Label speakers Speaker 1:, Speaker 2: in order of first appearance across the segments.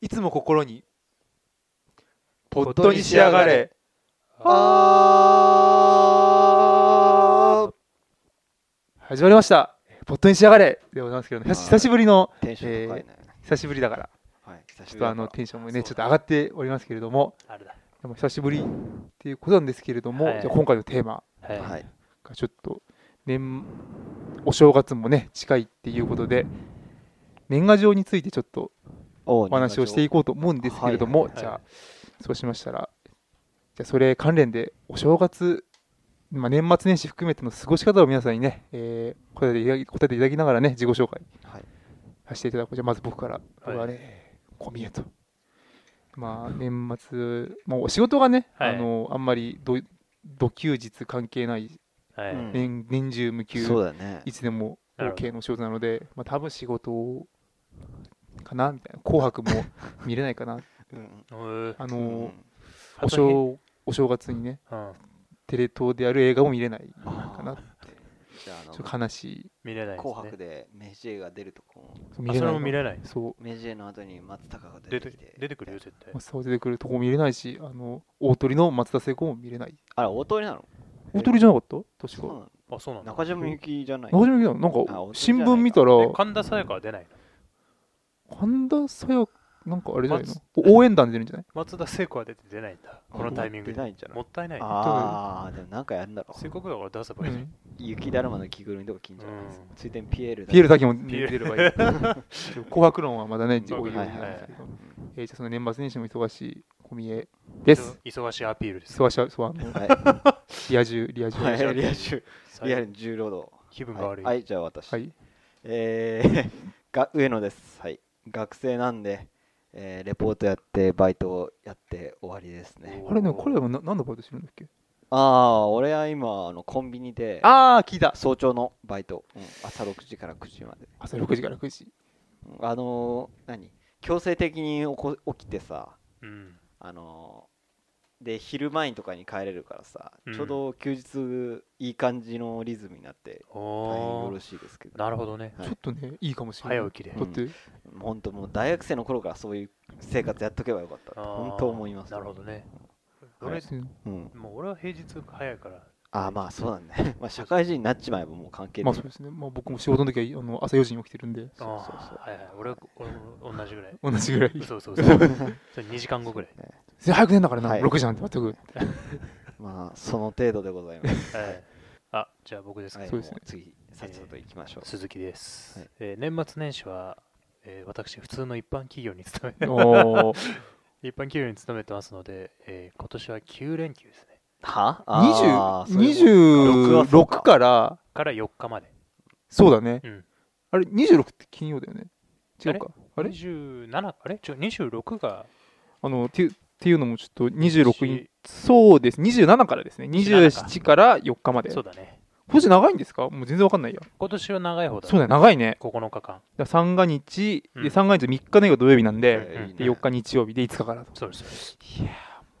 Speaker 1: いつも心にポットに仕上がれあー始まりましたポットに仕上がれでございますけど、ね、
Speaker 2: はい
Speaker 1: 久しぶりの
Speaker 2: テンション高いね。
Speaker 1: 久しぶりだから
Speaker 2: はい。久
Speaker 1: ち
Speaker 2: し
Speaker 1: ょっ
Speaker 2: ぶり
Speaker 1: と
Speaker 2: だ
Speaker 1: あの
Speaker 2: から
Speaker 1: テンションもねちょっと上がっておりますけれども
Speaker 3: あれだ。
Speaker 1: でも久しぶりっていうことなんですけれども、
Speaker 3: はい
Speaker 1: じゃあ今回のテーマ
Speaker 3: はい。
Speaker 2: はい。
Speaker 1: がちょっと年お正月もね近いっていうことで年賀状についてちょっと
Speaker 2: お
Speaker 1: お話をしていこうと思うんですけれども、
Speaker 3: はいはい
Speaker 1: じ
Speaker 3: はい
Speaker 1: ゃあそうしましたらじゃあそれ関連でお正月、まあ、年末年始含めての過ごし方を皆さんにね、えー答えていただき答えていただきながらね自己紹介
Speaker 2: はい。
Speaker 1: させていただこうじゃあまず僕から
Speaker 3: い
Speaker 1: 僕はね小宮と。まあ年末、もう仕事がね、
Speaker 3: はい
Speaker 1: あのあんまりど土休日関係ない
Speaker 3: はい。
Speaker 2: うん
Speaker 1: 年年中無休
Speaker 2: そうだね
Speaker 1: い。つでも
Speaker 3: なるほど
Speaker 1: OK の仕事なので、まあ、多分仕事かなみたいな、紅白も見れないかな、
Speaker 2: うん
Speaker 3: うー
Speaker 1: あ
Speaker 2: う
Speaker 1: のー
Speaker 2: ん
Speaker 1: お正お正月にね、
Speaker 3: うん。
Speaker 1: テレ東でやる映画も見れない
Speaker 2: あ
Speaker 1: かな、ち
Speaker 2: じゃああの
Speaker 1: ょっと悲しい、
Speaker 3: 見れないですね。
Speaker 2: 紅白で明治映が出るとこも、
Speaker 1: そう
Speaker 3: あ、それも見
Speaker 1: ない
Speaker 3: れない。
Speaker 1: そう
Speaker 2: 明治映の後に松たかが出
Speaker 3: 出
Speaker 2: てき
Speaker 3: て
Speaker 2: て、
Speaker 3: 出てくるよ、絶対
Speaker 1: まあ。そう出てくるとこも見れないし、あの大鳥の松田聖子も見れない。
Speaker 2: あれ、大通りなの
Speaker 1: 大鳥じゃなかった確
Speaker 2: そうな
Speaker 1: か。
Speaker 2: の
Speaker 3: あ、そうなんだ。
Speaker 2: 中島みゆきじゃない
Speaker 1: 中島みゆきだなん
Speaker 2: あ
Speaker 1: か
Speaker 2: 大鳥じゃ
Speaker 1: 新
Speaker 2: ないか
Speaker 1: 聞見たら、
Speaker 3: え神田沙也加は出ないの
Speaker 1: 神田沙也なんかあれじゃないの
Speaker 3: 松
Speaker 1: 応援団で出るん じゃない
Speaker 3: 松田聖子は出て出ないんだ。このタイミング
Speaker 2: 出ないんじゃない
Speaker 3: もったいない。
Speaker 2: ああ、でもなんかやるんだろ
Speaker 3: せっかくだから出せばいいじゃん。
Speaker 2: 雪だるまの着ぐるみとか着んじゃない
Speaker 3: うん
Speaker 2: ついでにピエールだ
Speaker 1: ピエールだけも
Speaker 3: ピエ
Speaker 1: 出
Speaker 3: ール
Speaker 1: ればいい。 紅白論はまだね、
Speaker 3: うん
Speaker 1: おいおい
Speaker 2: はい
Speaker 1: なん
Speaker 2: はい
Speaker 1: ですけど
Speaker 2: うん
Speaker 1: えーじゃあその年末年始も忙しい小見えです。
Speaker 3: 忙しいアピールです。
Speaker 1: 忙しい、そう、あの
Speaker 2: は
Speaker 1: リア充、リア充。
Speaker 2: い。はい、リア
Speaker 3: 充
Speaker 2: 充、リアル重労働。
Speaker 3: 気分が
Speaker 2: はい
Speaker 3: 悪い。
Speaker 2: はい、じゃあ私。
Speaker 1: はい。
Speaker 2: えー が上野です、はい、学生なんで、えーレポートやってバイトをやって終わりですね
Speaker 1: あれね、彼らもな何のバイトしてるんだっけ
Speaker 2: ああ俺は今あのコンビニで
Speaker 1: ああ、聞いた。
Speaker 2: 早朝のバイト、うん朝6時から9時まで、
Speaker 1: 朝6時から9時。
Speaker 2: うんあのー何強制的に起こ起きてさ
Speaker 3: うん。
Speaker 2: あのーで昼前とかに帰れるからさ、
Speaker 3: うん
Speaker 2: ちょうど休日いい感じのリズムになって大変よ
Speaker 3: お
Speaker 2: ろ
Speaker 3: ー。
Speaker 2: しいですけど
Speaker 3: なるほどね。
Speaker 2: はい
Speaker 1: ちょっとね、いいかもしれない。
Speaker 3: 早起きで。
Speaker 1: だって、
Speaker 2: 本当もう大学生の頃からそういう生活やっとけばよかったって
Speaker 3: あー
Speaker 2: 本当思います
Speaker 3: なるほどね。
Speaker 1: あ
Speaker 3: 俺
Speaker 1: れ、うん
Speaker 2: うん、
Speaker 3: もう俺は平日早いから。
Speaker 2: あーまあそうなんだね まあ社会人になっちまえばもう関係な
Speaker 1: ま
Speaker 2: い
Speaker 1: あそうですね。まあ僕も仕事の時はあの朝4時に起きてるんで、
Speaker 3: あ
Speaker 2: そうそうそう
Speaker 3: ーはいはい。俺は俺も同じぐらい。
Speaker 1: 同じぐらい。
Speaker 3: 嘘 嘘 嘘。それ2時間後ぐらい。
Speaker 1: 早く寝んだからな、
Speaker 2: はい
Speaker 1: 6時なんて全く。
Speaker 2: まあその程度でございま す
Speaker 3: はいあ、じゃあ僕ですか
Speaker 2: はい
Speaker 1: そう
Speaker 2: もう
Speaker 1: ですね
Speaker 2: 次さっさと行きましょう、
Speaker 3: 鈴木です、
Speaker 2: はい
Speaker 3: えー年末年始は、えー私普通の一般企業に勤め
Speaker 1: おー
Speaker 3: 一般企業に勤めてますので、えー今年は9連休ですね
Speaker 2: はあーそういう
Speaker 1: 20 26から、
Speaker 3: から4日まで
Speaker 1: そうだね。
Speaker 3: うん
Speaker 1: あれ、26って金曜だよね。違うか。あれ
Speaker 3: 27あれ違う26が
Speaker 1: あの、ていうっていうのもちょっと26に、そうです。27からですね。27から4日まで。
Speaker 3: そう
Speaker 1: 今
Speaker 3: だね
Speaker 1: 年長いんですかもう全然わかんないや。
Speaker 3: 今年は長い方だ、
Speaker 1: そうだよ、長いね。
Speaker 3: 9
Speaker 1: だ
Speaker 3: 日間
Speaker 1: から三が日、
Speaker 3: うん
Speaker 1: で三が日3日のが土曜日なんで、
Speaker 2: えー
Speaker 3: うん
Speaker 2: いいね
Speaker 1: で4日日曜日で5日からと。
Speaker 3: そうですそうです
Speaker 1: いや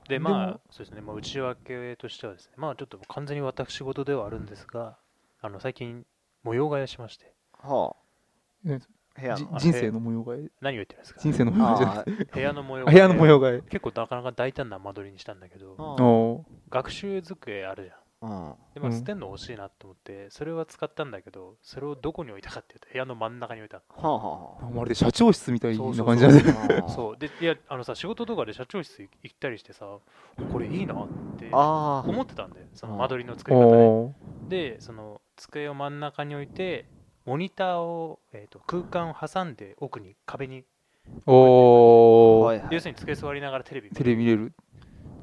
Speaker 3: で
Speaker 1: で
Speaker 3: まあ
Speaker 1: も
Speaker 3: そうですね、まあ、内訳としてはですねまあちょっと完全に私事ではあるんですがあの最近模様替えしまして
Speaker 2: は
Speaker 1: ーね
Speaker 2: あ部屋
Speaker 1: じ
Speaker 2: の
Speaker 3: あ
Speaker 1: 人生の模様替え、
Speaker 3: 何を言ってるんですか
Speaker 1: 人生の模様替えじゃない
Speaker 2: あー
Speaker 3: 部屋の模様替
Speaker 1: あ
Speaker 3: え
Speaker 1: 部屋の模様替え。
Speaker 3: 結構なかなか大胆な間取りにしたんだけど、
Speaker 2: あー
Speaker 1: お
Speaker 3: 学習机あるじゃん。
Speaker 2: うん
Speaker 3: でまあ
Speaker 1: うん
Speaker 3: 捨てんの欲しいなと思って、それは使ったんだけど、それをどこに置いたかっていうと、部屋の真ん中に置いた
Speaker 2: はあは
Speaker 1: ーまるで社長室みたい
Speaker 3: そうそ
Speaker 1: な
Speaker 3: うそう
Speaker 1: 感じだね。
Speaker 2: あは
Speaker 3: の。
Speaker 2: あ
Speaker 3: そう。で、いや、あのさ、仕事とかで社長室行ったりしてさ、これいいなって
Speaker 2: あー
Speaker 3: 思ってたんだよ、その
Speaker 2: うん
Speaker 3: 間取りの作り方で。
Speaker 1: おー
Speaker 3: で、その机を真ん中に置いて、モニターを、えー、と空間を挟んで奥に壁に、
Speaker 1: おー
Speaker 2: はいはい
Speaker 3: 要するに机座りながらテレビ見
Speaker 1: テ
Speaker 3: る
Speaker 1: レビ見れる。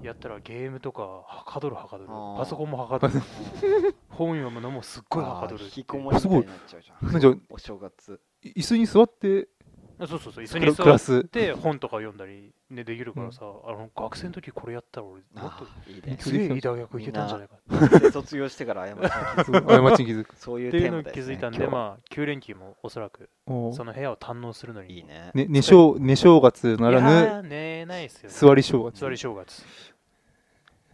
Speaker 3: やったらゲームとかはかどるはかどる
Speaker 2: あー
Speaker 3: パソコンもは かどる本読むのもすっごいはか
Speaker 2: あ
Speaker 3: ど
Speaker 2: ー
Speaker 3: る
Speaker 2: 引
Speaker 3: ってい
Speaker 2: き
Speaker 3: う
Speaker 2: こもりみたいになっちゃうじゃん
Speaker 1: なんかじゃあ
Speaker 2: お正月
Speaker 1: 椅子に座って
Speaker 3: そうそうそう、椅子
Speaker 1: ク
Speaker 3: に
Speaker 1: ラクラ
Speaker 3: 座っ
Speaker 1: ス。
Speaker 3: て本とか読んだり、ね、できるからさ、あの学生の時これやったら俺、もっ
Speaker 2: あ
Speaker 3: と
Speaker 2: ーいいね
Speaker 1: ー
Speaker 3: すげえいい大学行けたんじゃないかっ
Speaker 2: で卒業してから謝りたい
Speaker 1: そう過ちに気づ く。
Speaker 2: そういう
Speaker 3: てい
Speaker 2: テ
Speaker 3: う
Speaker 2: ー
Speaker 3: のに
Speaker 2: マだよ
Speaker 3: 気
Speaker 2: ね
Speaker 3: づいたん
Speaker 2: 今
Speaker 3: で、
Speaker 2: 日は
Speaker 3: まあ、9連休もおそらく
Speaker 1: おー
Speaker 3: その部屋を堪能するのに。
Speaker 2: いいね
Speaker 1: ね寝正寝正月なら
Speaker 3: い
Speaker 1: ぬ
Speaker 3: やー、寝ないっすよ、
Speaker 1: 座り正月。
Speaker 3: 座り正月。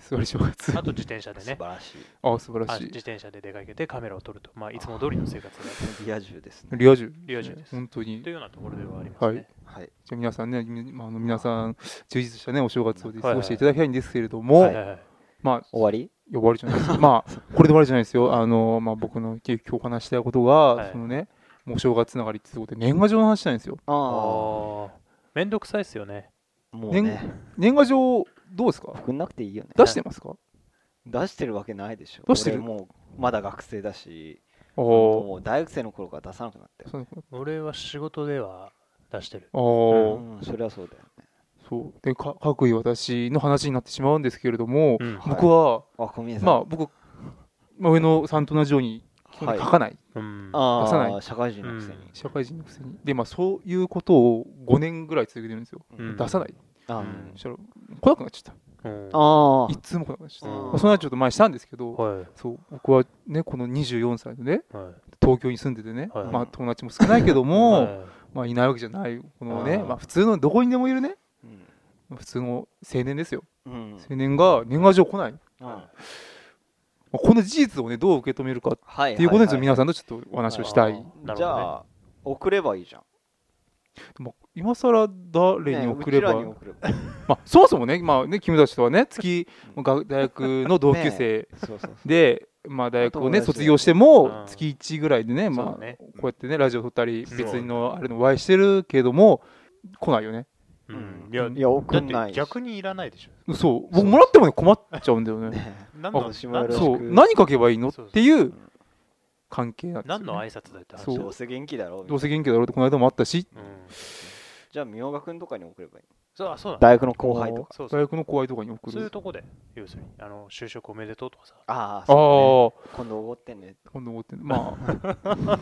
Speaker 1: 座り正月。
Speaker 3: あと自転車で
Speaker 2: 素晴
Speaker 3: ね
Speaker 2: らしい。
Speaker 1: あ、素晴ら
Speaker 3: あ
Speaker 1: し
Speaker 3: 自
Speaker 1: い。
Speaker 3: 転車で出かけてカメラを撮ると、まあ、いつも通りの生活だと
Speaker 2: リア充ですね。
Speaker 1: リア充、
Speaker 3: リア充です
Speaker 1: 本当に。
Speaker 3: とい
Speaker 1: じ
Speaker 3: うようなところではありますね、
Speaker 1: はい
Speaker 2: はい。
Speaker 1: ゃあ皆さんね、みまああの皆さん、充実したね、お正月を
Speaker 3: はい
Speaker 1: 過ごしていただきたいんですけれども、
Speaker 2: はい
Speaker 3: はいはい
Speaker 1: まあ、
Speaker 2: 終わり
Speaker 1: 呼ばれじゃないです。まあ、これで終わりじゃないですよ。あの、まあ、僕の今日お話ししたいことが、
Speaker 3: はい
Speaker 1: そのね、もうお正月つながりっていうことで、年賀状の話したいんですよ。
Speaker 2: あ
Speaker 3: あ
Speaker 2: あ。
Speaker 3: ーめんどくさいですよね
Speaker 2: もうね、
Speaker 1: 年賀状、どうですか
Speaker 2: 送んなくていいよね。
Speaker 1: 出してますか
Speaker 2: 出してるわけないでしょ。
Speaker 1: 出してる
Speaker 2: 俺もう、まだ学生だし、
Speaker 1: おー
Speaker 2: もう大学生の頃から出さなくなったよ。
Speaker 1: そうあ
Speaker 3: 俺は仕事では出してる
Speaker 1: ー、
Speaker 2: うん、それはそうだよね。
Speaker 1: そう。で、かかくい私の話になってしまうんですけれども、
Speaker 3: うん
Speaker 2: はい
Speaker 1: 僕は、
Speaker 2: あ、小宮さん。
Speaker 1: まあ、僕、まあ、上野さんと同じように、基本的に書かない。
Speaker 3: うん
Speaker 2: あ
Speaker 1: 出さない
Speaker 2: あ、社会人のくせに。
Speaker 1: 社会人のくせに。で、まあ、そういうことを5年ぐらい続けてるんですよ。
Speaker 3: うん
Speaker 1: 出さない。
Speaker 2: あ
Speaker 3: うん
Speaker 1: そしたら、来なくなっちゃっ
Speaker 3: うん
Speaker 2: あー
Speaker 1: た。一通も来なくなっちゃった。
Speaker 3: うん
Speaker 1: まあ、その話ちょっと前にしたんですけど、
Speaker 3: はい
Speaker 1: そう僕はねこの24歳でね
Speaker 3: はい
Speaker 1: 東京に住んでてね、
Speaker 3: はい
Speaker 1: まあ、友達も少ないけども、
Speaker 3: はい
Speaker 1: まあ、いないわけじゃないこのね
Speaker 3: あー
Speaker 1: まあ、普通のどこにでもいるね
Speaker 2: うん
Speaker 1: 普通の青年ですよ
Speaker 2: うん。
Speaker 1: 青年が年賀状来ない、ま
Speaker 2: うん
Speaker 1: あ、この事実をねどう受け止めるかっ
Speaker 2: は
Speaker 1: ていうことについて皆
Speaker 2: ん
Speaker 1: さんとちょっとお話をしたい、
Speaker 3: はいなるほどね
Speaker 2: じゃあ送ればいいじゃん
Speaker 1: まあ、今更誰に送れば、
Speaker 2: ねうちらに送れば
Speaker 1: まあ、そもそもね,、まあ、ね君たちとはね月
Speaker 2: うん
Speaker 1: が大学の同級生
Speaker 2: そうそうそ
Speaker 1: で、まあ、大学をね
Speaker 2: 友達で
Speaker 1: 卒業して
Speaker 3: う
Speaker 1: も
Speaker 3: ん
Speaker 1: 月1ぐらいでね,、
Speaker 3: そう
Speaker 1: ま
Speaker 3: だ
Speaker 1: あ、
Speaker 3: ね
Speaker 1: こうやってねラジオ撮ったり
Speaker 3: そう
Speaker 1: 別のあれのお会いしてるけども来ないよね
Speaker 3: う
Speaker 2: うんん
Speaker 3: いや
Speaker 2: いや送
Speaker 3: だ
Speaker 2: ん
Speaker 3: っ
Speaker 2: ない
Speaker 3: て
Speaker 2: し
Speaker 3: 逆にいらないでし
Speaker 1: そ
Speaker 3: ょ
Speaker 1: う
Speaker 2: そう
Speaker 1: 僕もらってもね困っちゃうんだよね
Speaker 2: ね
Speaker 3: 何の
Speaker 2: あ島
Speaker 3: 何
Speaker 2: 村
Speaker 3: の
Speaker 2: よ
Speaker 1: そ
Speaker 2: ろ
Speaker 1: う
Speaker 2: しく
Speaker 1: 何書けばいいのっ
Speaker 3: そうそう
Speaker 1: ていう関係なんですよ
Speaker 3: 何
Speaker 1: ね
Speaker 3: の挨拶だよって話
Speaker 1: そう
Speaker 2: どうせ元気だろみたいな
Speaker 1: どうせ元気だろうってこの間もあったし
Speaker 3: うん
Speaker 2: じゃあ明賀君とかに送ればいい
Speaker 3: そうあそうだね
Speaker 2: 大学の後輩とか
Speaker 3: そうそ
Speaker 1: 大
Speaker 3: う
Speaker 1: 学の後輩とかに送
Speaker 3: そういう
Speaker 1: る
Speaker 3: とこで要するにあの就職おめでとうとかさ
Speaker 2: あ
Speaker 1: あ
Speaker 2: あ
Speaker 1: あ
Speaker 2: そう
Speaker 1: ー
Speaker 2: ね今度おごってね
Speaker 1: 今度思ってんのまあ ま